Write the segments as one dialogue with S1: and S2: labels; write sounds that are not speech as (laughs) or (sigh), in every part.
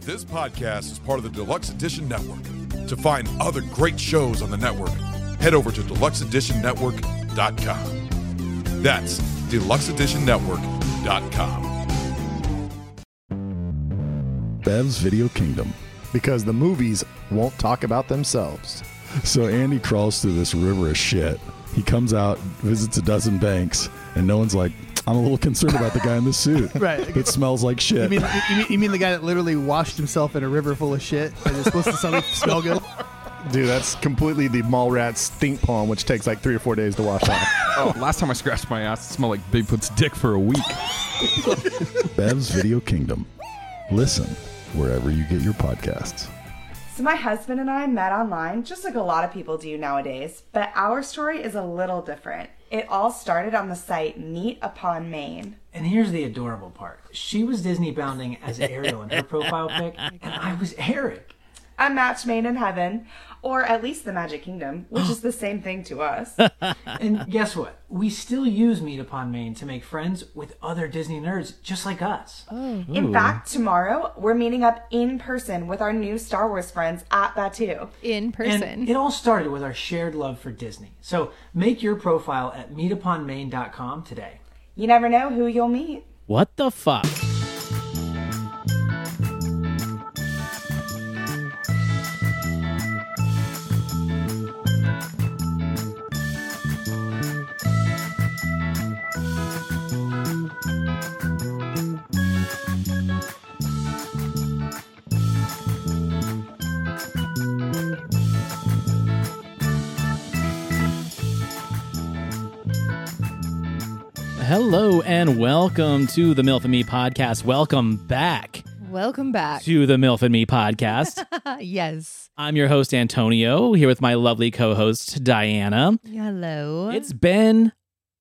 S1: This podcast is part of the Deluxe Edition Network. To find other great shows on the network, head over to deluxeeditionnetwork.com. That's deluxeeditionnetwork.com.
S2: Bev's Video Kingdom.
S3: because the movies won't talk about themselves.
S2: So Andy crawls through this river of shit. He comes out, visits a dozen banks, and no one's like, I'm a little concerned about the guy in the suit.
S4: (laughs) Right.
S2: It smells like shit.
S4: You mean, you, mean, you mean the guy that literally washed himself in a river full of shit and is supposed to smell, smell good?
S3: (laughs) Dude, that's completely the mall rat stink palm, which takes like three or four days to wash off.
S5: Oh, last time I scratched my ass, it smelled like Bigfoot's dick for a week.
S2: Bev's Video Kingdom. Listen wherever you get your podcasts.
S6: So, my husband and I met online, just like a lot of people do nowadays, but our story is a little different. It all started on the site Meet Upon Maine.
S7: And here's the adorable part. She was Disney bounding as Ariel in her profile pic, and I was Eric.
S6: A match made in heaven, or at least the Magic Kingdom, which is the same thing to us.
S7: And guess what? We still use Meet Upon Maine to make friends with other Disney nerds just like us.
S6: In fact, tomorrow we're meeting up in person with our new Star Wars friends at Batu.
S8: in person.
S7: And it all started with our shared love for Disney. So make your profile at meetuponmaine.com today.
S6: You never know who you'll meet.
S9: What the fuck? Hello and welcome to the MILF and Me podcast. Welcome back
S8: Welcome back. Uh,
S9: to the MILF and Me podcast.
S8: yes.
S9: I'm your host, Antonio, here with my lovely co host, Diana.
S8: Hello.
S9: It's been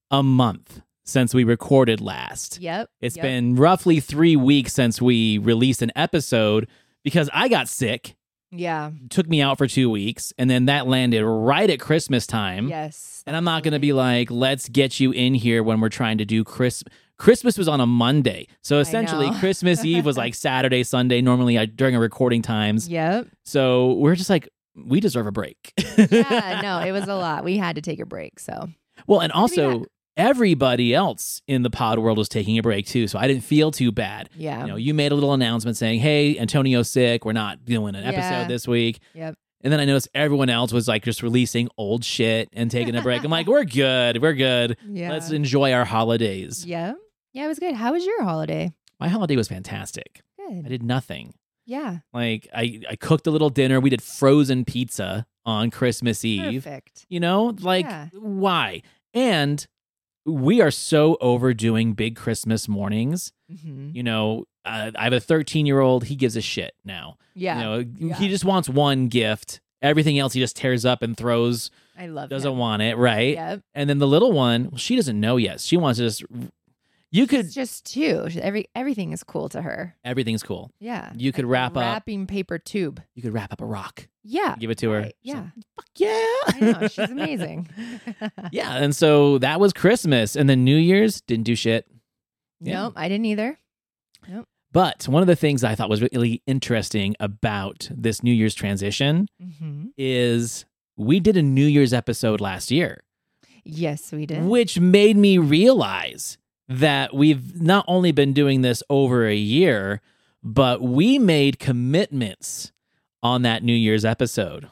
S9: a month since we recorded last.
S8: yep.
S9: It's
S8: It's
S9: been roughly three weeks since we released an episode because I got sick,
S8: yeah.
S9: took me out for two weeks, and then that landed right at Christmas time.
S8: Yes.
S9: And I'm not going to be like, let's get you in here when we're trying to do Christmas. Christmas was on a Monday. So essentially,
S8: know.
S9: Christmas Eve was like Saturday, Sunday, normally uh, during our recording times.
S8: Yep.
S9: (laughs) So we're just like, we deserve a break.
S8: Yeah. no, it was a lot. We had to take a break. So
S9: (laughs) Well, and
S8: Good to be
S9: also, everybody else in the pod world was taking a break too. So I didn't feel too bad.
S8: yeah.
S9: you know, you made a little announcement saying, "Hey, Antonio's sick. We're not doing an
S8: Yeah.
S9: episode this week."
S8: Yep.
S9: And then I noticed everyone else was like just releasing old shit and taking a break. I'm like, "We're good. We're good.
S8: Yeah.
S9: Let's enjoy our holidays."
S8: yeah. Yeah. It was good. How was your holiday?
S9: My holiday was fantastic. I
S8: Good.
S9: did nothing.
S8: Yeah.
S9: Like I I cooked a little dinner. We did frozen pizza on Christmas Eve.
S8: Perfect.
S9: You know, like
S8: Yeah.
S9: why? And we are so overdoing big Christmas mornings.
S8: Mhm.
S9: You know, uh, I have a 13 year old. He gives a shit now.
S8: Yeah.
S9: You know,
S8: Yeah.
S9: he just wants one gift. Everything else he just tears up and throws,
S8: I love
S9: doesn't
S8: him.
S9: want it, right?
S8: Yep.
S9: And then the little one, well, she doesn't know yet. She wants to just, you could,
S8: It's just two. She- Every everything is cool to her.
S9: everything's cool.
S8: Yeah.
S9: You could
S8: Like a
S9: wrap up-
S8: wrapping paper tube.
S9: You could wrap up a rock,
S8: Yeah.
S9: give it to her.
S8: Uh, right,
S9: She's
S8: Yeah.
S9: like, Fuck yeah.
S8: I
S9: (laughs)
S8: know. She's amazing.
S9: yeah. And so that was Christmas. And then New Year's didn't do shit. Yeah.
S8: Nope. I didn't either.
S9: But one of the things I thought was really interesting about this New Year's transition
S8: Mm-hmm.
S9: is we did a New Year's episode last year.
S8: Yes, we did.
S9: which made me realize that we've not only been doing this over a year, but we made commitments on that New Year's episode.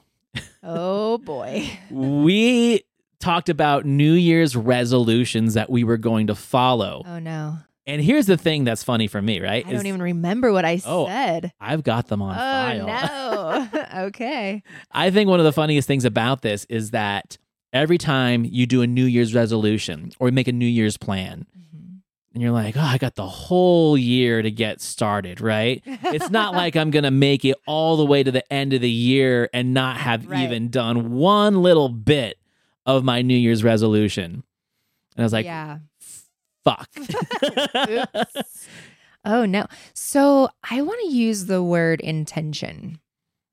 S8: oh boy. (laughs)
S9: we talked about New Year's resolutions that we were going to follow.
S8: Oh no.
S9: And here's the thing that's funny for me, right?
S8: I don't
S9: is
S8: even remember what I
S9: Oh,
S8: said.
S9: I've got them on file.
S8: Oh
S9: (laughs)
S8: no. (laughs) okay.
S9: I think one of the funniest things about this is that every time you do a New Year's resolution or make a New Year's plan,
S8: Mm-hmm.
S9: and you're like, oh, I got the whole year to get started, right? It's not like I'm going to make it all the way to the end of the year and not have
S8: Right.
S9: even done one little bit of my New Year's resolution. And I was like, (laughs)
S8: yeah. (laughs)
S9: fuck. (laughs)
S8: Oops. Oh no. So I want to use the word intention.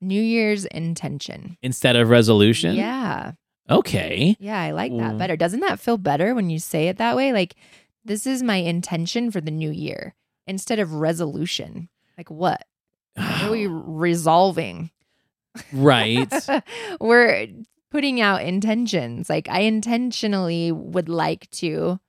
S8: New Year's intention.
S9: Instead of resolution.
S8: Yeah.
S9: Okay.
S8: Yeah, I like
S9: Ooh.
S8: that better. Doesn't that feel better when you say it that way? Like this is my intention for the new year instead of resolution. Like what? What are we
S9: (sighs)
S8: resolving?
S9: right.
S8: We're putting out intentions. Like I intentionally would like to,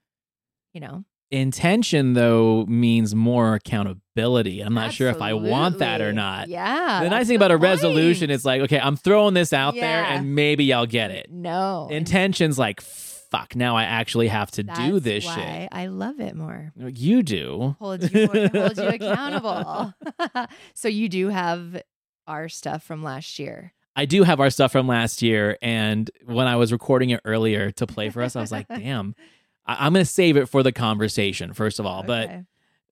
S8: you know,
S9: Intention though means more accountability. I'm not sure if I want that or
S8: Absolutely.
S9: not.
S8: Yeah.
S9: the nice
S8: that's
S9: thing about a
S8: point.
S9: resolution is like, okay, I'm throwing this out there
S8: Yeah.
S9: and maybe I'll get it.
S8: no.
S9: Intention's like, fuck, now I actually have to do
S8: That's
S9: this
S8: why I love it more.
S9: shit. You do. (laughs)
S8: Holds you, holds you accountable. (laughs) so you do have our stuff from last year.
S9: I do have our stuff from last year. And when I was recording it earlier to play for us, I
S8: (laughs)
S9: was like, damn, I- I'm going to save it for the conversation, first of all. But
S8: Okay.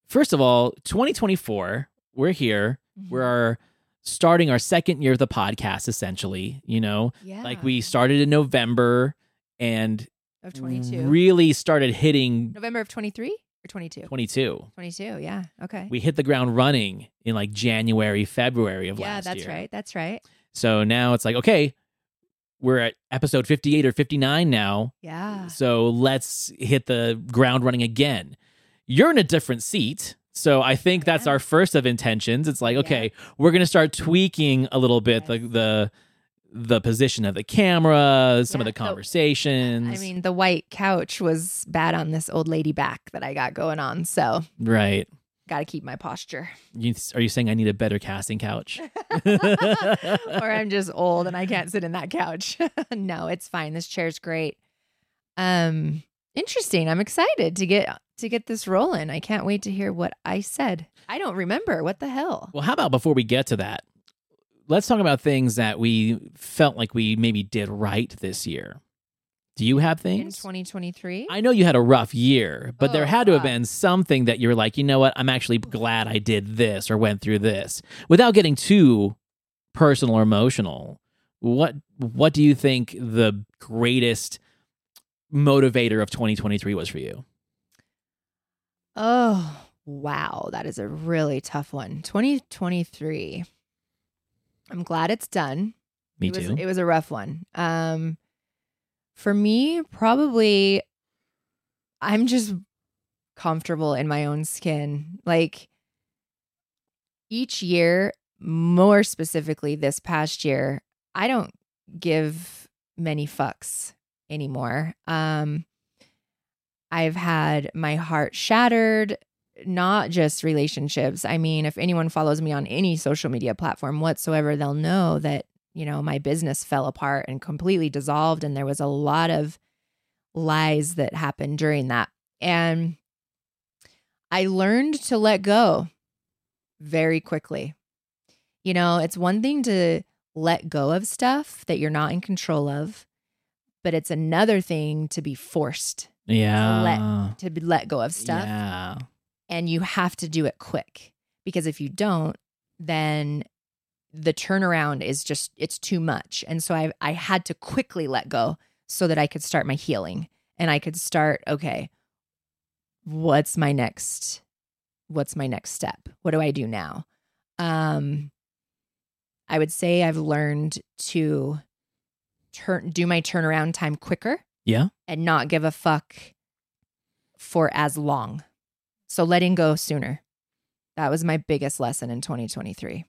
S9: first of all, 2024, we're here.
S8: Mm-hmm.
S9: We're starting our second year of the podcast, essentially. You know,
S8: yeah.
S9: like we started in November and
S8: of 22.
S9: really started hitting
S8: November of 23 or 22?
S9: 22.
S8: 22, yeah. Okay.
S9: We hit the ground running in like January, February of
S8: yeah,
S9: last
S8: that's
S9: year.
S8: right. That's right.
S9: So now it's like, okay, we're at episode 58 or 59 now.
S8: Yeah.
S9: So let's hit the ground running again. You're in a different seat. So I think that's
S8: Yeah.
S9: our first of intentions. It's like, okay, we're going to start tweaking a little bit the
S8: Yes.
S9: the the position of the camera, some of
S8: Yeah,
S9: the
S8: so- I
S9: conversations.
S8: I mean, the white couch was bad on this old lady back that I got going on. So,
S9: right.
S8: got to keep my posture. (laughs)
S9: You, are you saying I need a better casting couch? (laughs)
S8: or I'm just old and I can't sit in that couch. (laughs) no, it's fine. This chair's great. Um, interesting. I'm excited to get to get this rolling. I can't wait to hear what I said. I don't remember. What the hell?
S9: Well, how about before we get to that, let's talk about things that we felt like we maybe did right this year. Do you have
S8: In
S9: things?
S8: 2023?
S9: I know you had a rough year, but there
S8: Oh,
S9: had to have
S8: God.
S9: been something that you're like, you know what? I'm actually glad I did this or went through this without getting too personal or emotional. What What do you think the greatest motivator of 2023 was for you?
S8: Oh, wow. That is a really tough one. 2023. I'm glad it's done.
S9: Me
S8: it was,
S9: too.
S8: It was a rough one. Um, for me, probably, I'm just comfortable in my own skin. Like each year, more specifically this past year, I don't give many fucks anymore. Um, I've had my heart shattered, not just relationships. I mean, if anyone follows me on any social media platform whatsoever, they'll know that, you know, my business fell apart and completely dissolved. And there was a lot of lies that happened during that. And I learned to let go very quickly. You know, it's one thing to let go of stuff that you're not in control of, but it's another thing to be forced
S9: yeah.
S8: to be let go of stuff
S9: Yeah.
S8: and you have to do it quick because if you don't then the turnaround is just it's too much and so i i had to quickly let go so that i could start my healing and i could start okay what's my next what's my next step what do i do now um i would say i've learned to turn do my turnaround time quicker
S9: Yeah.
S8: and not give a fuck for as long so letting go sooner. That was my biggest lesson in 2023.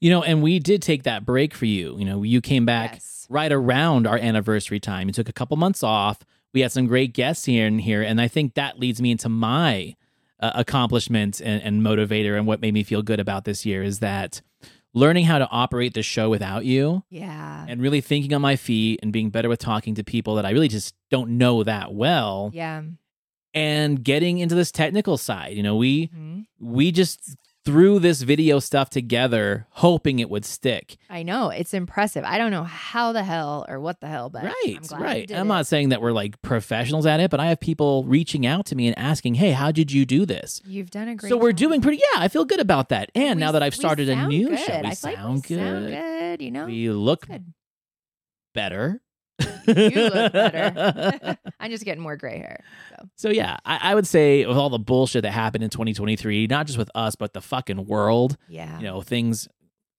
S9: You know, and we did take that break for you. You know, you came back
S8: Yes.
S9: right around our anniversary time. You took a couple months off. We had some great guests here and here, and I think that leads me into my uh, accomplishment and, and motivator, and what made me feel good about this year is that learning how to operate the show without you
S8: Yeah.
S9: and really thinking on my feet and being better with talking to people that I really just don't know that well
S8: Yeah.
S9: and getting into this technical side. You know, we
S8: Mhm.
S9: we just threw this video stuff together hoping it would stick.
S8: I know. It's impressive. I don't know how the hell or what the hell, but
S9: right,
S8: I'm glad
S9: right.
S8: You did
S9: And I'm
S8: it.
S9: not saying that we're like professionals at it, but I have people reaching out to me and asking, "Hey, how did you do this?"
S8: You've done a great
S9: so we're
S8: job.
S9: doing pretty. Yeah, I feel good about that. And
S8: We-
S9: now that I've
S8: we
S9: started a
S8: sound
S9: new
S8: good.
S9: show, we
S8: I feel like
S9: sound good.
S8: sound good, you know? (laughs)
S9: We look
S8: Good.
S9: better.
S8: You look better. (laughs) I'm just getting more gray hair. So.
S9: (laughs) so yeah, I, I would say with all the bullshit that happened in 2023, not just with us, but the fucking world.
S8: Yeah.
S9: You know, things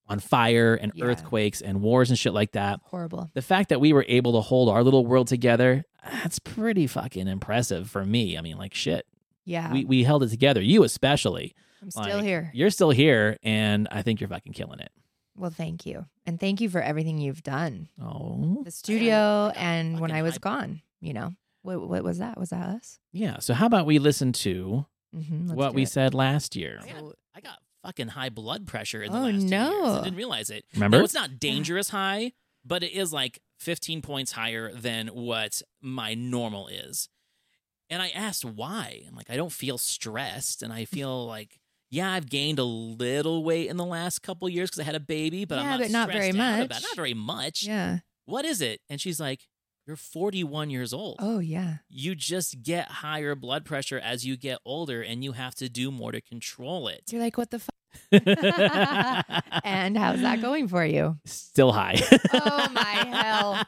S9: on fire and
S8: Yeah.
S9: earthquakes and wars and shit like that.
S8: Horrible.
S9: the fact that we were able to hold our little world together, that's pretty fucking impressive for me. I mean, like shit.
S8: Yeah.
S9: We we held it together, you especially.
S8: I'm still
S9: Like,
S8: here.
S9: You're still here, and I think you're fucking killing it.
S8: Well, thank you. And thank you for everything you've done.
S9: Oh,
S8: (laughs) The studio and when
S9: fucking
S8: I was
S9: hype.
S8: gone, you know. What, what was that? Was that us?
S9: yeah. So how about we listen to
S8: Mm-hmm,
S9: what we said last year?
S10: I got, I got fucking high blood pressure in the
S8: Oh,
S10: last two years.
S8: no.
S10: I didn't realize it.
S9: Remember?
S10: No, it's not dangerous high, but it is like 15 points higher than what my normal is. And I asked why. I'm like, I don't feel stressed, and I feel
S8: (laughs)
S10: like, yeah, I've gained a little weight in the last couple years because I had a baby, but
S8: Yeah,
S10: I'm not
S8: but not very
S10: stressed out about-
S8: much.
S10: Not very much.
S8: Yeah.
S10: What is it? And she's like, you're 41 years old
S8: Oh, yeah.
S10: you just get higher blood pressure as you get older and you have to do more to control it.
S8: You're like, what the fuck?
S9: (laughs)
S8: (laughs) And how's (laughs) that going for you?
S9: Still high.
S8: Oh, my
S9: (laughs)
S8: hell.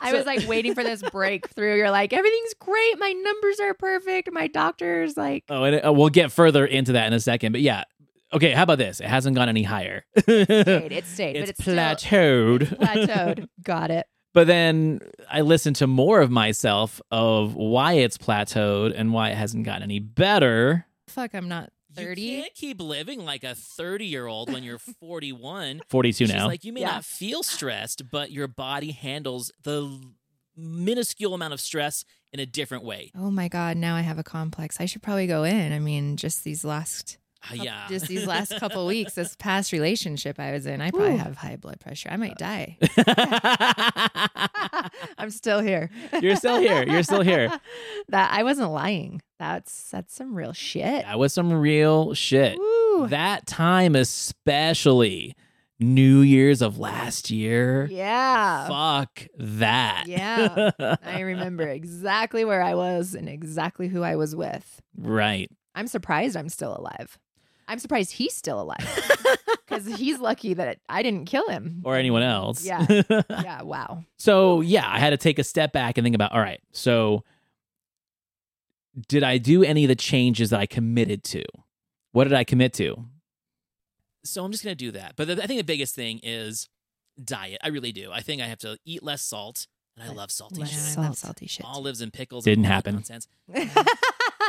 S8: I
S9: So-
S8: was like waiting for this breakthrough. You're like, everything's great. My numbers are perfect. My doctor's
S9: (laughs)
S8: like,
S9: Oh, and uh, we'll get further into that in a second. But yeah, okay. How about this? It hasn't gone any higher.
S8: stayed.
S9: (laughs)
S8: It stayed, but it's still-
S9: plateaued.
S8: plateaued. Got it.
S9: (laughs) but then I listened to more of myself of why it's plateaued and why it hasn't gotten any better.
S8: Fuck, I'm not
S10: You
S8: 30.
S10: can't keep living like a 30 year old when
S8: (laughs)
S10: you're 41.
S9: 42
S10: She's
S9: now.
S10: like, you may
S8: Yeah.
S10: not feel stressed, but your body handles the l- minuscule amount of stress in a different way.
S8: Oh my God, now I have a complex. I should probably go in. I mean, just these last
S9: Uh,
S10: Ah, yeah.
S8: just these last
S9: (laughs)
S8: couple
S10: (laughs)
S8: weeks, this past relationship I was in, I probably have high blood pressure. I might die. (laughs) I'm still here.
S9: (laughs) You're still here. You're still here.
S8: (laughs) that I wasn't lying. That's that's some real shit.
S9: that was some real shit.
S8: Woo.
S9: That time, especially New Year's of last year.
S8: yeah.
S9: Fuck that. (laughs)
S8: Yeah. I remember exactly where I was and exactly who I was with.
S9: right.
S8: I'm surprised I'm still alive. I'm surprised he's still alive
S9: (laughs)
S8: because he's lucky that it, I didn't kill him.
S9: Or (laughs) anyone else.
S8: Yeah.
S9: (laughs)
S8: yeah. Wow.
S9: So yeah, I had to take a step back and think about all right, so did I do any of the changes that I committed to? What did I commit to?
S10: so I'm just going to do that. But the, I think the biggest thing is diet. I really do. I think I have to eat less salt, and I love salty
S8: Less
S10: shit.
S8: salt. I love salty shit.
S10: Olives and pickles
S9: Didn't
S10: and all that
S9: happen.
S10: Nonsense.
S8: (laughs)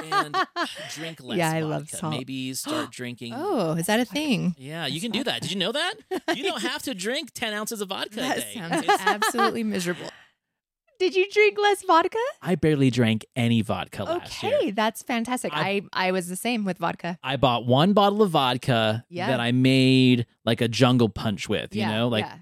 S10: and (sighs) drink less.
S8: Yeah, I
S10: vodka.
S8: love salt.
S10: Maybe
S8: (gasps)
S10: start drinking.
S8: Oh, is that a thing?
S10: Yeah, you can do that. Did you know
S8: (laughs)
S10: that? You don't have to drink 10 ounces of vodka a
S8: That
S10: day.
S8: sounds
S10: It's-
S8: (laughs) absolutely miserable. (laughs) Did you drink less vodka?
S9: I barely drank any vodka last year.
S8: Okay, that's fantastic. I,
S9: I-
S8: I was the same with vodka.
S9: I bought one bottle of vodka
S8: Yeah.
S9: that I made like a jungle punch with, you
S8: Yeah,
S9: know, like
S8: yeah.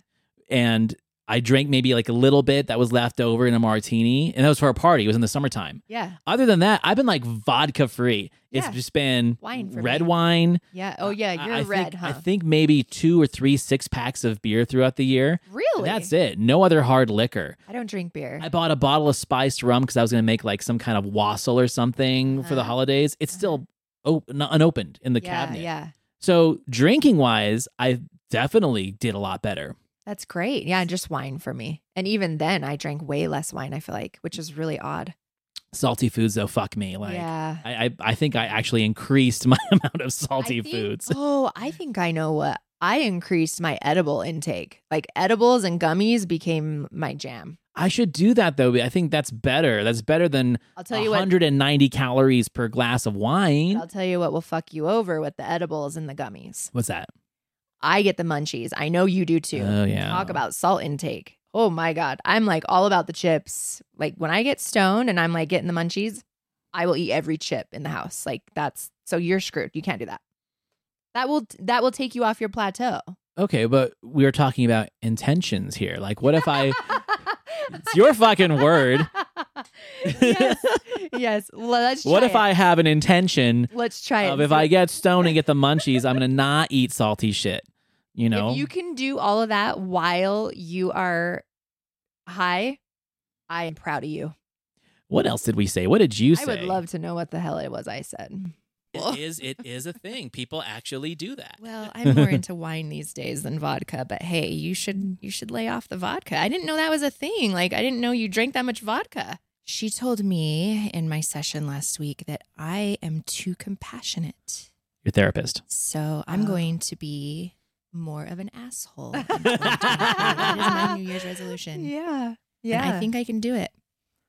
S9: and I drank maybe like a little bit that was left over in a martini, and that was for a party. It was in the summertime.
S8: yeah,
S9: Other than that, I've been like vodka free.
S8: Yeah.
S9: It's just been
S8: Wine for
S9: red
S8: me.
S9: wine,
S8: yeah. Oh yeah,
S9: I-
S8: you're
S9: I
S8: red,
S9: think,
S8: huh?
S9: I think maybe two or three six packs of beer throughout the year.
S8: really.
S9: That's it. No other hard liquor.
S8: I don't drink beer.
S9: I bought a bottle of spiced rum because I was going to make like some kind of wassail or something for the
S8: Uh-huh.
S9: holidays. It's still op- n- unopened in the
S8: yeah,
S9: cabinet.
S8: yeah.
S9: So drinking wise, I definitely did a lot better.
S8: That's great. Yeah, just wine for me. And even then, I drank way less wine. I feel like, which is really odd.
S9: Salty foods though, fuck me. Like
S8: yeah.
S9: I, I, I think I actually increased (laughs) my amount of salty
S8: I think-
S9: foods.
S8: Oh, I think I know what. I increased my edible intake. Like edibles and gummies became my jam.
S9: I should do that though. I think that's better. That's better than
S8: I'll tell you what.
S9: 190 calories per glass of wine.
S8: I'll tell you what will fuck you over with the edibles and the gummies.
S9: What's that?
S8: I get the munchies. I know you do too.
S9: Oh, yeah.
S8: Talk about salt intake. Oh my god, I'm like all about the chips. Like when I get stoned and I'm like getting the munchies, I will eat every chip in the house. Like that's so you're screwed. You can't do that. That will that will take you off your plateau.
S9: Okay, but we are talking about intentions here. Like, what if I?
S8: (laughs)
S9: it's your fucking word. (laughs)
S8: yes. Yes. Let's
S9: What
S8: try
S9: if
S8: it.
S9: I have an intention
S8: Let's try it.
S9: of if I get stoned
S8: (laughs)
S9: and get the munchies, I'm gonna not eat salty shit. You know,
S8: If you can do all of that while you are high, I am proud of you.
S9: what else did we say? What did you
S8: I
S9: say?
S8: would love to know what the hell it was I said.
S10: It is, it is a thing. People actually do that.
S8: Well, I'm more into wine these days than vodka, but hey, you should you should lay off the vodka. I didn't know that was a thing. Like I didn't know you drank that much vodka. She told me in my session last week that I am too compassionate.
S9: your therapist.
S8: So I'm
S6: Oh.
S8: going to be more of an (laughs) asshole. in 2023. that is my New Year's resolution.
S4: Yeah.
S8: And I think I can do it.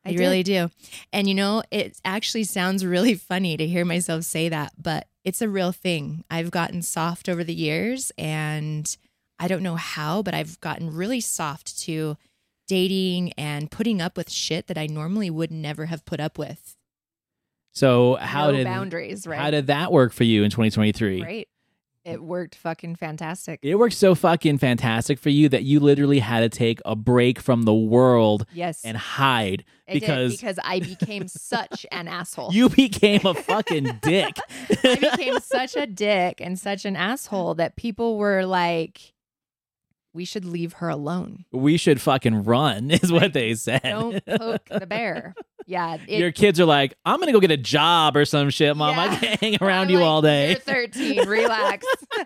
S8: I I really do. And you know, it actually sounds really funny to hear myself say that, but it's a real thing. I've gotten soft over the years and I don't know how, but I've gotten really soft to dating and putting up with shit that I normally would never have put up with.
S9: So how
S8: No
S9: did
S8: boundaries, right?
S9: how did that work for you in 2023?
S8: Right. It worked fucking fantastic.
S9: It worked so fucking fantastic for you that you literally had to take a break from the world
S8: yes.
S9: and hide
S8: I did,
S9: because
S8: because I became such an asshole.
S9: you became
S8: (laughs)
S9: a fucking dick. (laughs)
S8: I became such a dick and such an asshole that people were like, we should leave her alone.
S9: we should fucking run is what they said.
S8: Don't poke the
S9: (laughs)
S8: bear. Yeah. it-
S9: Your kids are like, I'm gonna go get a job or some shit, mom. I
S8: Yeah.
S9: can't hang
S8: I'm
S9: around you
S8: like,
S9: all day.
S8: You're 13. Relax.
S9: (laughs)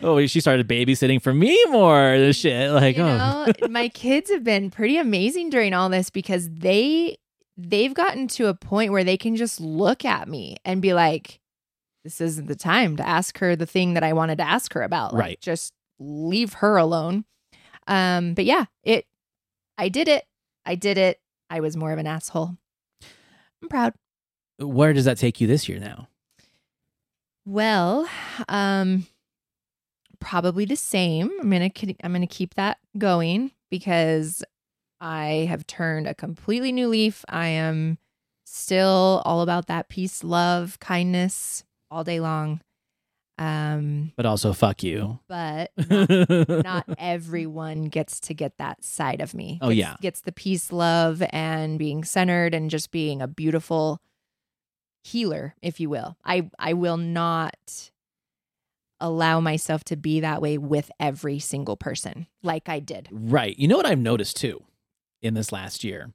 S9: oh, she started babysitting for me more. This shit, like,
S8: you
S9: oh,
S8: know, my kids have been pretty amazing during all this because they they've gotten to a point where they can just look at me and be like, "This isn't the time to ask her the thing that I wanted to ask her about." Like,
S9: Right.
S8: Just leave her alone. Um, but yeah, it. I did it. I did it. I was more of an asshole. I'm proud.
S9: where does that take you this year now?
S8: Well, um probably the same. I'm going to I'm going to keep that going because I have turned a completely new leaf. I am still all about that peace, love, kindness all day long. Um
S9: But also, fuck you.
S8: but not everyone gets to get that side of me.
S9: Oh,
S8: Gets-
S9: yeah.
S8: Gets the peace, love, and being centered and just being a beautiful healer, if you will. I, I will not allow myself to be that way with every single person like I did.
S9: Right. You know what I've noticed too in this last year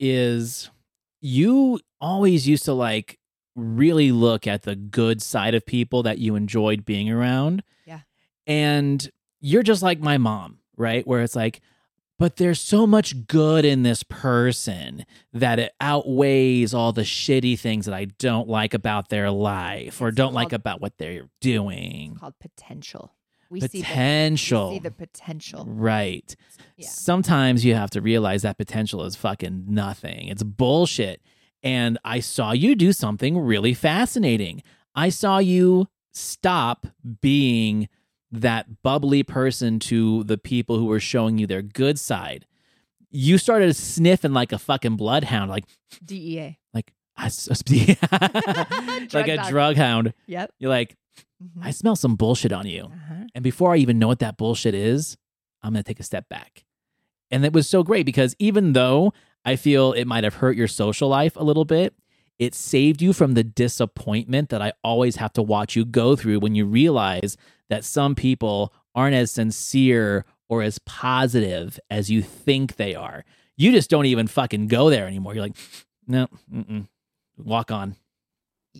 S9: is you always used to like really look at the good side of people that you enjoyed being around.
S8: Yeah.
S9: And you're just like my mom, right? Where it's like, but there's so much good in this person that it outweighs all the shitty things that I don't like about their life or
S8: It's
S9: don't like
S8: called-
S9: about what they're
S8: It's
S9: doing.
S8: called potential. We
S9: Potential.
S8: see the, we see the potential.
S9: Right.
S8: Yeah.
S9: Sometimes you have to realize that potential is fucking nothing. It's bullshit. And I saw you do something really fascinating. I saw you stop being that bubbly person to the people who were showing you their good side. You started sniffing like a fucking bloodhound, like
S8: DEA.
S9: like I s- (laughs)
S8: (laughs)
S9: like a
S8: dog.
S9: drug hound.
S8: Yep.
S9: You're like,
S8: Mhm.
S9: I smell some bullshit on you.
S8: Uh-huh.
S9: And before I even know what that bullshit is, I'm going to take a step back. And it was so great because even though I feel it might have hurt your social life a little bit, it saved you from the disappointment that I always have to watch you go through when you realize that some people aren't as sincere or as positive as you think they are. You just don't even fucking go there anymore. You're like, no, mm-mm. walk on.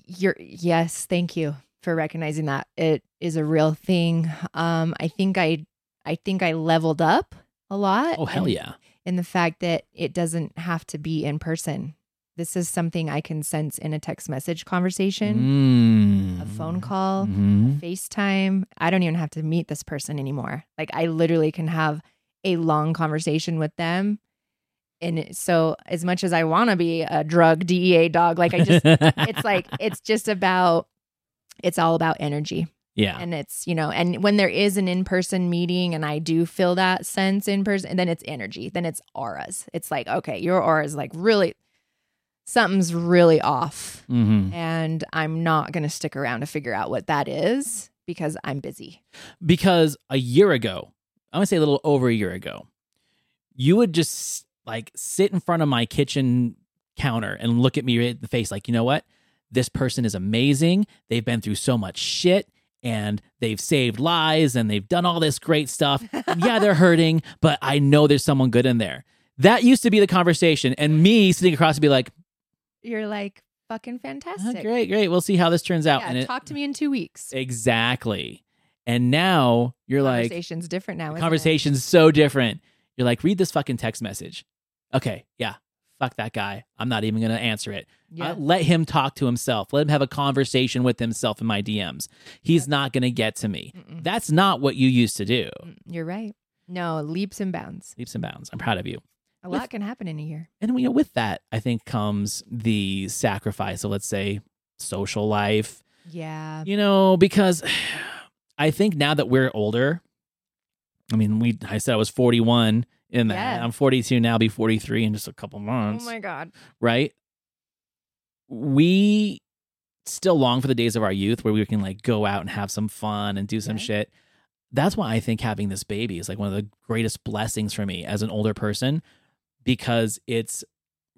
S8: you're yes thank you for recognizing that it is a real thing um i think i i think i leveled up a lot
S9: Oh, hell
S8: in-
S9: yeah.
S8: in the fact that it doesn't have to be in person this is something i can sense in a text message conversation
S9: Mm-hmm. Mm.
S8: a phone call
S9: Mhm.
S8: facetime i don't even have to meet this person anymore like i literally can have a long conversation with them and it- so as much as i want to be a drug dea dog like i
S9: (laughs)
S8: just it's like it's just about it's all about energy
S9: yeah.
S8: and it's you know and when there is an in-person meeting and i do feel that sense in person and then it's energy then it's auras it's like okay your aura is like really something's really off
S9: mm-hmm.
S8: and i'm not going to stick around to figure out what that is because i'm busy
S9: because a year ago, I'm gonna say a little over a year ago, you would just like sit in front of my kitchen counter and look at me right in the face, like, you know what? This person is amazing. They've been through so much shit and they've saved lives and they've done all this
S8: (laughs)
S9: great stuff. And yeah, they're hurting, but I know there's someone good in there. That used to be the conversation. And me sitting across to be like,
S8: you're like fucking
S9: "Oh,
S8: fantastic
S9: great, great. We'll see how this turns out.
S8: yeah,
S9: and it,
S8: talk to me in two weeks
S9: exactly. And now you're like,
S8: conversation's different now
S9: The
S8: isn't it?
S9: conversation's so different. You're like, read this fucking text message. Okay, yeah, fuck that guy. I'm not even gonna answer it.
S8: yeah.
S9: Uh, let him talk to himself. Let him have a conversation with himself in my DMs. He's not gonna get to me.
S8: Mm-mm.
S9: That's not what you used to do.
S8: Mm, You're right. No, leaps and bounds.
S9: Leaps and bounds. I'm proud of you.
S8: A lot can happen in a year.
S9: and you know, with that, I think comes the sacrifice of let's say social life,
S8: Yeah.
S9: you know, because (sighs) I think now that we're older, I mean, we I said I was 41 in that.
S8: Yeah. Oh
S9: I'm 42 now, be 43 in just a couple months,
S8: God.
S9: right? We still long for the days of our youth where we can like go out and have some fun and do some
S8: Yeah.
S9: shit. That's why I think having this baby is like one of the greatest blessings for me as an older person because it's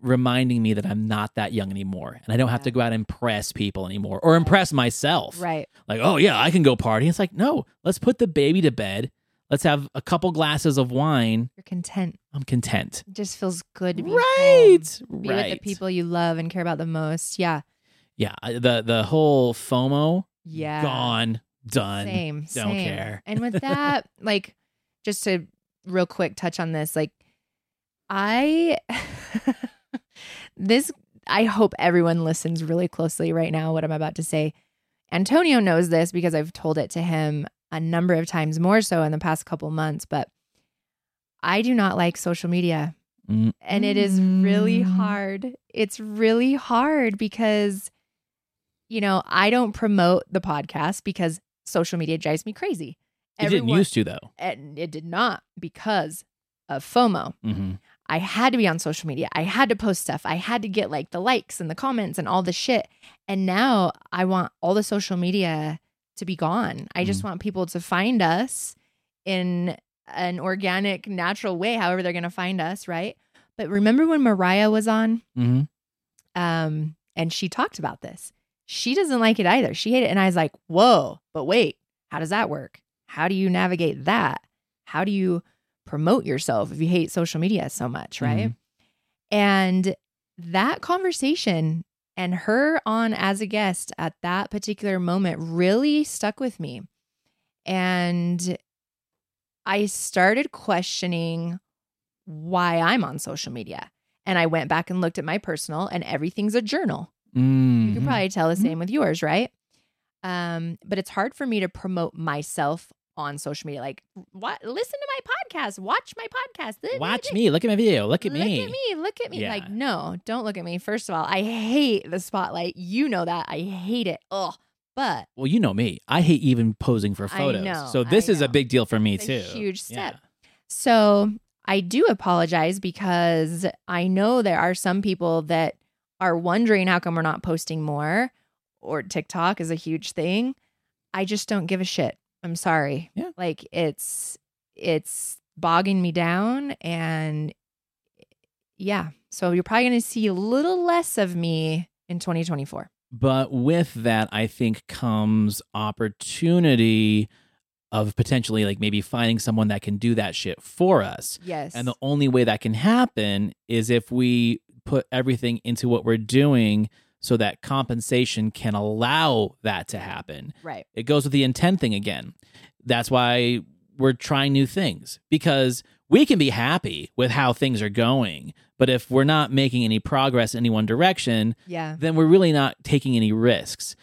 S9: reminding me that I'm not that young anymore and I don't have
S8: Yeah.
S9: to go out and impress people anymore or impress myself
S8: Right.
S9: like, oh yeah, I can go party. It's like, no, let's put the baby to bed. Let's have a couple glasses of wine.
S8: You're content.
S9: I'm content.
S8: It just feels good to be home.
S9: Right,
S8: Be with
S9: right.
S8: the people you love and care about the most. Yeah.
S9: Yeah, I- the the whole FOMO
S8: Yeah.
S9: gone, done.
S8: Same. Don't
S9: care.
S8: and
S9: (laughs)
S8: with that, like, just to real quick touch on this, like, I, (laughs) this, I hope everyone listens really closely right now what I'm about to say. Antonio knows this because I've told it to him a number of times more so in the past couple months, but I do not like social media
S9: Mm.
S8: and it is really hard. It's really hard because you know, I don't promote the podcast because social media drives me crazy.
S9: It didn't used to though.
S8: and it did not because of FOMO.
S9: Mm-hmm.
S8: I had to be on social media. I had to post stuff. I had to get like the likes and the comments and all the shit. And now I want all the social media to be gone. I just want people to find us in an organic, natural way, however they're going to find us, right? But remember when Mariah was on
S9: Mm-hmm.
S8: um, and she talked about this? She doesn't like it either. She hated it. And I was like, whoa, but wait, how does that work? How do you navigate that? How do you promote yourself if you hate social media so much, right? And that conversation and her on as a guest at that particular moment really stuck with me. And I started questioning why I'm on social media. And I went back and looked at my personal, and everything's a journal.
S9: Mm-hmm.
S8: You can probably tell the same with yours, right? Um, but it's hard for me to promote myself on social media. Like, what? Listen to my podcast. Watch my podcast.
S9: Watch me. Look at my video. Look at me.
S8: Look at me. Look at me.
S9: Yeah.
S8: Like, no, don't look at me. First of all, I hate the spotlight. You know that. I hate it. Ugh. But
S9: Well, you know me. I hate even posing for
S8: I
S9: photos.
S8: know,
S9: so this
S8: I
S9: is a
S8: know.
S9: big deal for me
S8: It's
S9: too.
S8: a huge
S9: Yeah.
S8: step. so I do apologize because I know there are some people that are wondering how come we're not posting more or TikTok is a huge thing. I just don't give a shit. I'm sorry.
S9: Yeah.
S8: Like it's it's bogging me down and yeah. So you're probably going to see a little less of me in 2024.
S9: But with that, I think comes opportunity of potentially like maybe finding someone that can do that shit for us.
S8: Yes.
S9: And the only way that can happen is if we put everything into what we're doing so that compensation can allow that to happen.
S8: right.
S9: It goes with the intent thing again. That's why we're trying new things because we can be happy with how things are going. But if we're not making any progress in any one direction,
S8: Yeah.
S9: then we're really not taking any risks.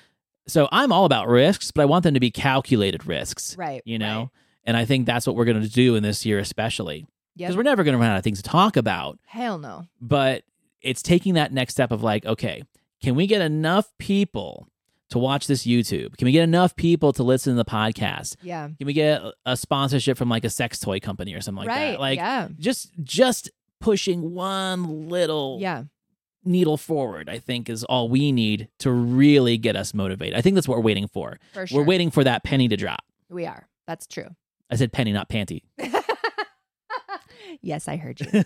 S9: So I'm all about risks, but I want them to be calculated risks,
S8: Right.
S9: you know?
S8: Right.
S9: And I think that's what we're going to do in this year, especially because
S8: Yep.
S9: we're never going to run out of things to talk about.
S8: Hell no.
S9: But it's taking that next step of like, okay, can we get enough people to watch this YouTube? Can we get enough people to listen to the podcast?
S8: Yeah.
S9: Can we get a sponsorship from like a sex toy company or something like
S8: right.
S9: that? Like
S8: yeah.
S9: just just pushing one little
S8: Yeah.
S9: needle forward, I think, is all we need to really get us motivated. I think that's what we're waiting for.
S8: For sure.
S9: We're waiting for that penny to drop.
S8: We are. That's true.
S9: I said penny, not panty.
S8: yes, I heard
S9: (laughs)
S8: you.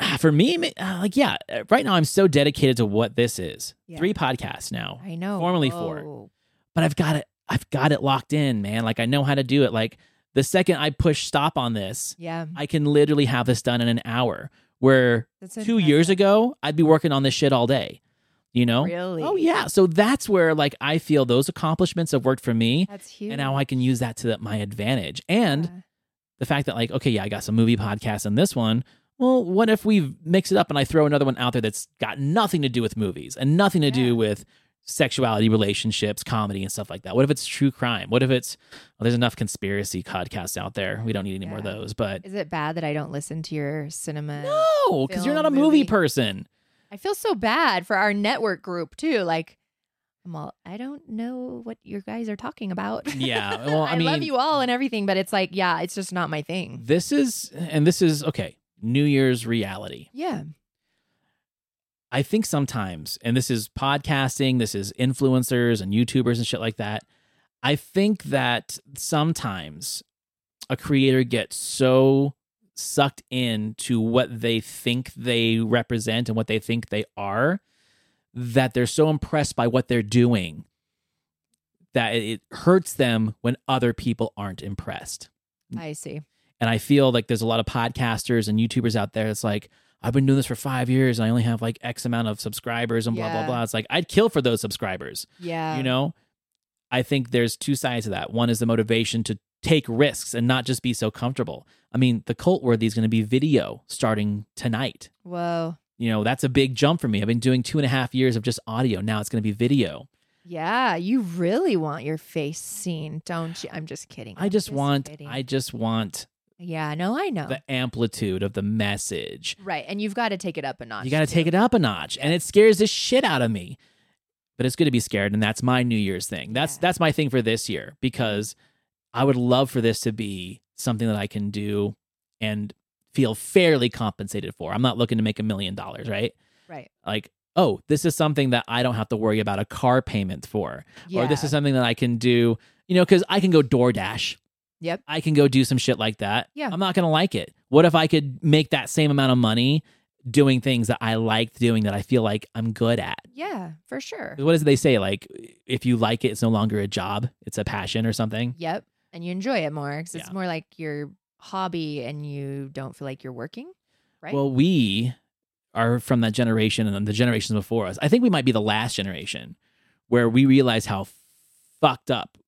S9: Ah, (sighs) For me, ma- ah, like, yeah, uh, right now I'm so dedicated to what this is.
S8: Yeah.
S9: Three podcasts now,
S8: I know.
S9: Formerly four.
S8: Whoa.
S9: but I've got it. I've got it locked in, man. Like, I know how to do it. Like, the second I push stop on this,
S8: Yeah.
S9: I can literally have this done in an hour. Where
S8: That's
S9: two years
S8: impressive.
S9: ago, I'd be working on this shit all day, you know?
S8: Really?
S9: Oh, yeah. So that's where, like, I feel those accomplishments have worked for me.
S8: That's huge.
S9: and now I can use that to the, my advantage. And
S8: Yeah.
S9: the fact that like, okay, yeah, I got some movie podcasts and this one. Well, what if we mix it up and I throw another one out there that's got nothing to do with movies and nothing to
S8: Yeah.
S9: do with sexuality, relationships, comedy, and stuff like that? What if it's true crime? What if it's well, there's enough conspiracy podcasts out there. We don't need any more of
S8: Yeah.
S9: those. But
S8: Is it bad that I don't listen to your cinema?
S9: no, because Oh,
S8: Film,
S9: you're not a movie,
S8: movie.
S9: person.
S8: I feel so bad for our network group too. Like, I'm all, I don't know what you guys are talking about.
S9: (laughs) Yeah,
S8: (laughs)
S9: well, I
S8: love
S9: mean- Mm.
S8: you all and everything, but it's like, yeah, it's just not my thing.
S9: This is and this is okay. New Year's reality.
S8: Yeah.
S9: I think sometimes, and this is podcasting, this is influencers and YouTubers and shit like that. I think that sometimes a creator gets so sucked in to what they think they represent and what they think they are that they're so impressed by what they're doing that it hurts them when other people aren't impressed.
S8: I see.
S9: And I feel like there's a lot of podcasters and YouTubers out there that's like, I've been doing this for five years and I only have like X amount of subscribers and blah, blah,
S8: Yeah.
S9: blah. It's like, I'd kill for those subscribers.
S8: Yeah.
S9: you know, I think there's two sides to that. One is the motivation to take risks and not just be so comfortable. I mean, the cult worthy is going to be video starting tonight.
S8: Whoa.
S9: You know, that's a big jump for me. I've been doing two and a half years of just audio. Now it's going to be video.
S8: Yeah. You really want your face seen, don't you? I'm just kidding.
S9: I
S8: I'm
S9: just want,
S8: kidding.
S9: I just want
S8: yeah. No, I know.
S9: the amplitude of the message.
S8: right. And you've got to take it up a notch.
S9: You got to take it up a notch, and it scares the shit out of me. But it's good to be scared, and that's my New Year's thing. That's
S8: Yeah.
S9: that's my thing for this year because I would love for this to be something that I can do and feel fairly compensated for. I'm not looking to make a million dollars, right?
S8: Right.
S9: Like, oh, this is something that I don't have to worry about a car payment for,
S8: Yeah.
S9: or this is something that I can do, you know, because I can go DoorDash.
S8: Yep.
S9: I can go do some shit like that.
S8: Yeah.
S9: I'm not going to like it. What if I could make that same amount of money doing things that I like doing that I feel like I'm good at?
S8: yeah, for sure.
S9: What does they say? Like, if you like it, it's no longer a job, it's a passion or something.
S8: Yep. And you enjoy it more because
S9: Yeah.
S8: it's more like your hobby and you don't feel like you're working. Right.
S9: Well, we are from that generation and the generations before us. I think we might be the last generation where we realize how fucked up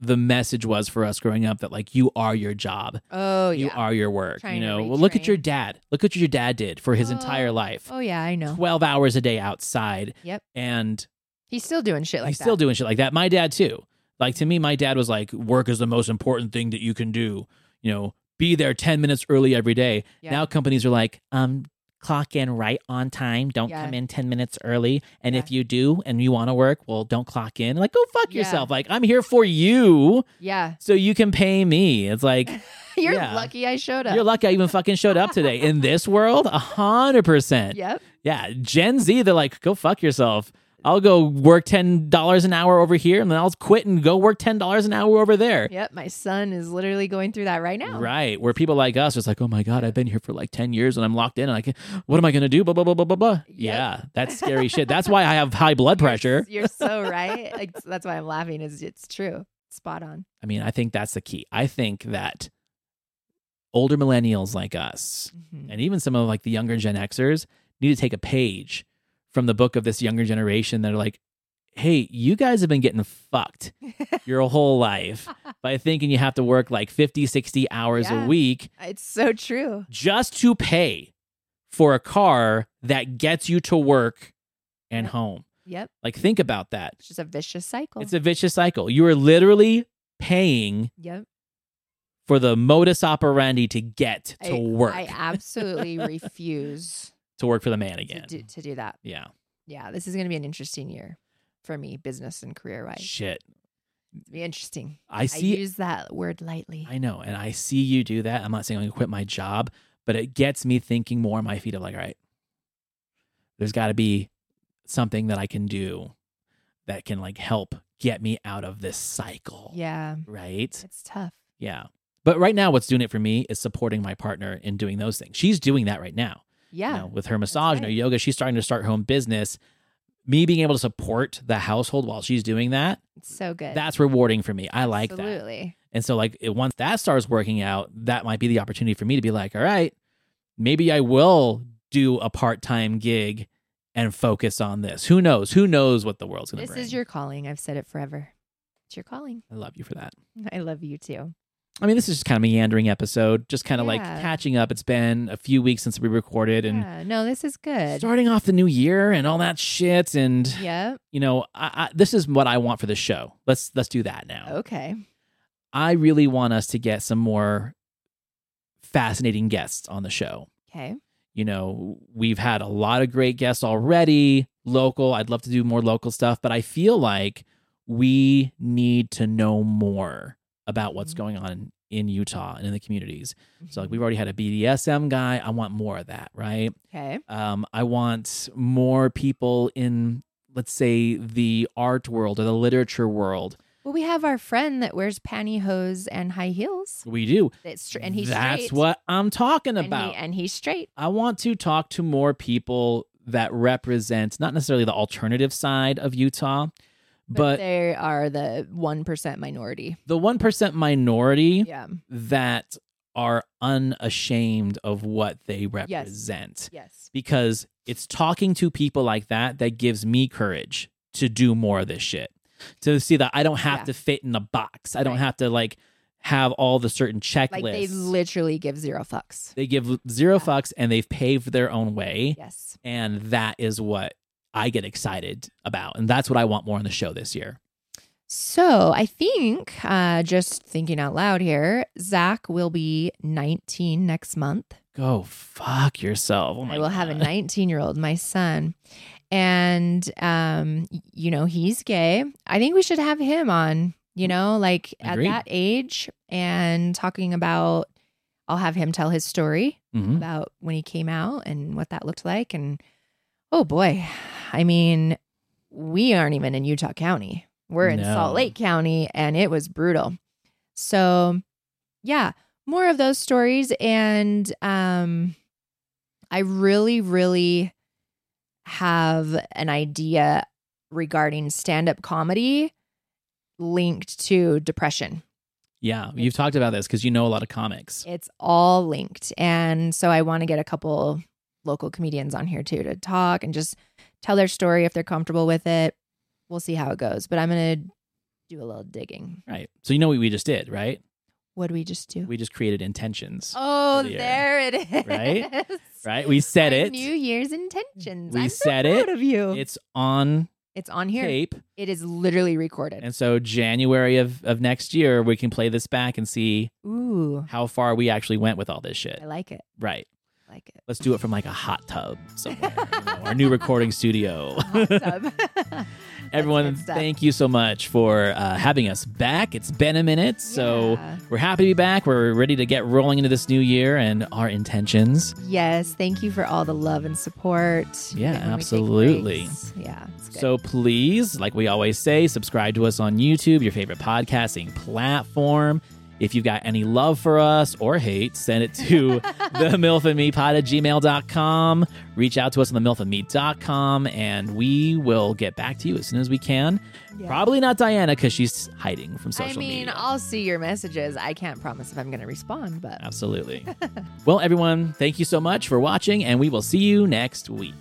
S9: the message was for us growing up that like you are your job.
S8: oh, yeah.
S9: You are your work.
S8: Trying
S9: you
S8: to
S9: know, well, look at your
S8: retrain.
S9: dad. Look at what your dad did for his entire
S8: Oh,
S9: life.
S8: Oh, yeah. I know.
S9: 12 hours a day outside.
S8: Yep.
S9: And
S8: He's still doing shit like
S9: he's
S8: that.
S9: still doing shit like that. My dad, too. Like, to me, my dad was like, work is the most important thing that you can do. You know, be there 10 minutes early every day.
S8: Yeah.
S9: Now companies are like, um, clock in right on time. Don't
S8: Yeah.
S9: come in 10 minutes early. And
S8: Yeah.
S9: if you do and you want to work, well, don't clock in. Like, go fuck
S8: Yeah.
S9: yourself. Like, I'm here for you (laughs)
S8: Yeah.
S9: so you can pay me. It's like,
S8: (laughs) You're
S9: Yeah.
S8: lucky I showed up.
S9: you're lucky I even fucking showed up today. In this world, 100%.
S8: Yep.
S9: Yeah, Gen Z, they're like, go fuck yourself. I'll go work ten dollars an hour over here, and then I'll quit and go work ten dollars an hour over there.
S8: Yep. My son is literally going through that right now.
S9: Right, where people like us, it's like, oh my god, I've been here for like ten years and I'm locked in, and I can, what am I gonna do? Blah blah blah blah blah blah. Yeah, that's scary shit. That's why I have high blood (laughs) pressure.
S8: You're so
S9: (laughs)
S8: right. Like, that's why I'm laughing. Is it's true. Spot on.
S9: I mean, I think that's the key. I think that older millennials like us,
S8: Mhm.
S9: and even some of like the younger Gen Xers need to take a page from the book of this younger generation that are like, hey, you guys have been
S8: (laughs)
S9: getting fucked your whole life by thinking you have to work like 50, 60 hours
S8: Yeah.
S9: a week
S8: Uh, It's so true.
S9: just to pay for a car that gets you to work and home.
S8: Yep.
S9: Like, think about that.
S8: It's just a vicious cycle.
S9: It's a vicious cycle. You are literally paying
S8: yep.
S9: for the modus operandi to get to
S8: I-
S9: work,
S8: I
S9: (laughs)
S8: absolutely refuse
S9: to work for the man
S8: to
S9: again.
S8: do, to do that.
S9: yeah.
S8: Yeah. This is going to be an interesting year for me, business and career wise.
S9: Shit.
S8: It's be interesting.
S9: I
S8: I
S9: see
S8: use that word lightly.
S9: I know, and I see you do that. I'm not saying I'm gonna quit my job, but it gets me thinking more on my feet of like, all right, there's got to be something that I can do that can like help get me out of this cycle.
S8: yeah.
S9: Right.
S8: It's tough.
S9: Yeah. But right now, what's doing it for me is supporting my partner in doing those things. She's doing that right now. you
S8: Yeah.
S9: know, with her massage and her
S8: right.
S9: yoga, she's starting to start her own business. Me being able to support the household while she's doing that,
S8: It's so good.
S9: that's rewarding for me. I like that.
S8: Eh, Absolutely.
S9: And so, like, it, once that starts working out, that might be the opportunity for me to be like, all right, maybe I will do a part time gig and focus on this. Who knows? Who knows what the world's going to
S8: This
S9: bring?
S8: is your calling. (laughs) I've said it forever. It's your calling.
S9: I love you for that.
S8: I love you too.
S9: I mean, this is just kind of a meandering episode, just kind of like
S8: Yeah.
S9: catching up. It's been a few weeks since we recorded and
S8: yeah, no, this is good.
S9: starting off the new year and all that shit. And
S8: yep.
S9: you know, I, I, this is what I want for the show. Let's let's do that now.
S8: Okay.
S9: I really want us to get some more fascinating guests on the show.
S8: Okay.
S9: You know, we've had a lot of great guests already, local. I'd love to do more local stuff, but I feel like we need to know more about what's
S8: Mhm.
S9: going on in Utah and in the communities. So like we've already had a BDSM guy. I want more of that, right?
S8: Okay.
S9: Um, I want more people in, let's say, the art world or the literature world.
S8: Well, we have our friend that wears pantyhose and high heels.
S9: We do.
S8: That's str- and he's
S9: That's
S8: straight.
S9: what I'm talking
S8: And he-
S9: about.
S8: and he's straight.
S9: I want to talk to more people that represent not necessarily the alternative side of Utah, but,
S8: they are the one percent minority.
S9: the 1% minority
S8: Yeah.
S9: that are unashamed of what they represent.
S8: Yes.
S9: because it's talking to people like that that gives me courage to do more of this shit. To see that I don't have
S8: Yeah.
S9: to fit in a box. I don't
S8: Right.
S9: have to like have all the certain checklists.
S8: Like they literally give zero fucks.
S9: They give zero
S8: Yeah.
S9: fucks and they've paved their own way.
S8: Yes.
S9: And that is what I get excited about. And that's what I want more on the show this year.
S8: So I think, uh, just thinking out loud here, Zach will be 19 next month.
S9: Go fuck yourself. Oh my
S8: I will have a
S9: God.
S8: 19 year old, my son. And, um, y- you know, he's gay. I think we should have him on, you know, like
S9: Agreed.
S8: at that age and talking about, I'll have him tell his story
S9: Mhm.
S8: about when he came out and what that looked like. And oh boy, I mean, we aren't even in Utah County. We're in
S9: No.
S8: Salt Lake County and it was brutal. So, yeah, more of those stories. And um, I really, really have an idea regarding stand up comedy linked to depression.
S9: Yeah. You've talked about this because you know a lot of comics.
S8: It's all linked. And so I want to get a couple local comedians on here too to talk and just tell their story if they're comfortable with it. We'll see how it goes, but I'm going to do a little digging.
S9: Right. So you know what we just did, right?
S8: What do we just do?
S9: We just created intentions.
S8: oh,
S9: for the year.
S8: there it is. (laughs)
S9: Right? Right? We said
S8: My
S9: it.
S8: New Year's intentions.
S9: We
S8: I'm
S9: said
S8: so
S9: it.
S8: proud of you. It's,
S9: It's on
S8: on here.
S9: tape.
S8: It is literally recorded.
S9: And so January of, of next year, we can play this back and see
S8: Ooh,
S9: how far we actually went with all this shit.
S8: I like it.
S9: Right.
S8: I like it.
S9: Let's do it from like a hot tub
S8: (laughs)
S9: somewhere. you know, our new recording studio.
S8: Awesome.
S9: (laughs)
S8: (laughs)
S9: Everyone,
S8: That's good stuff.
S9: thank you so much for uh, having us back. It's been a minute. So
S8: Yeah.
S9: we're happy to be back. We're ready to get rolling into this new year and our intentions.
S8: Yes, thank you for all the love and support.
S9: Yeah,
S8: And when we take
S9: absolutely.
S8: breaks. Yeah, it's good.
S9: So please, like we always say, subscribe to us on YouTube, your favorite podcasting platform. If you've got any love for us or hate, send it to
S8: (laughs)
S9: the MILF and Me pod at gmail.com. Reach out to us on the MILF and Me.com and we will get back to you as soon as we can. Probably not Diana because she's hiding from
S8: I
S9: social
S8: mean,
S9: media.
S8: I'll see your messages. I can't promise if I'm going to respond, but (laughs)
S9: Absolutely. well, everyone, thank you so much for watching and we will see you next week.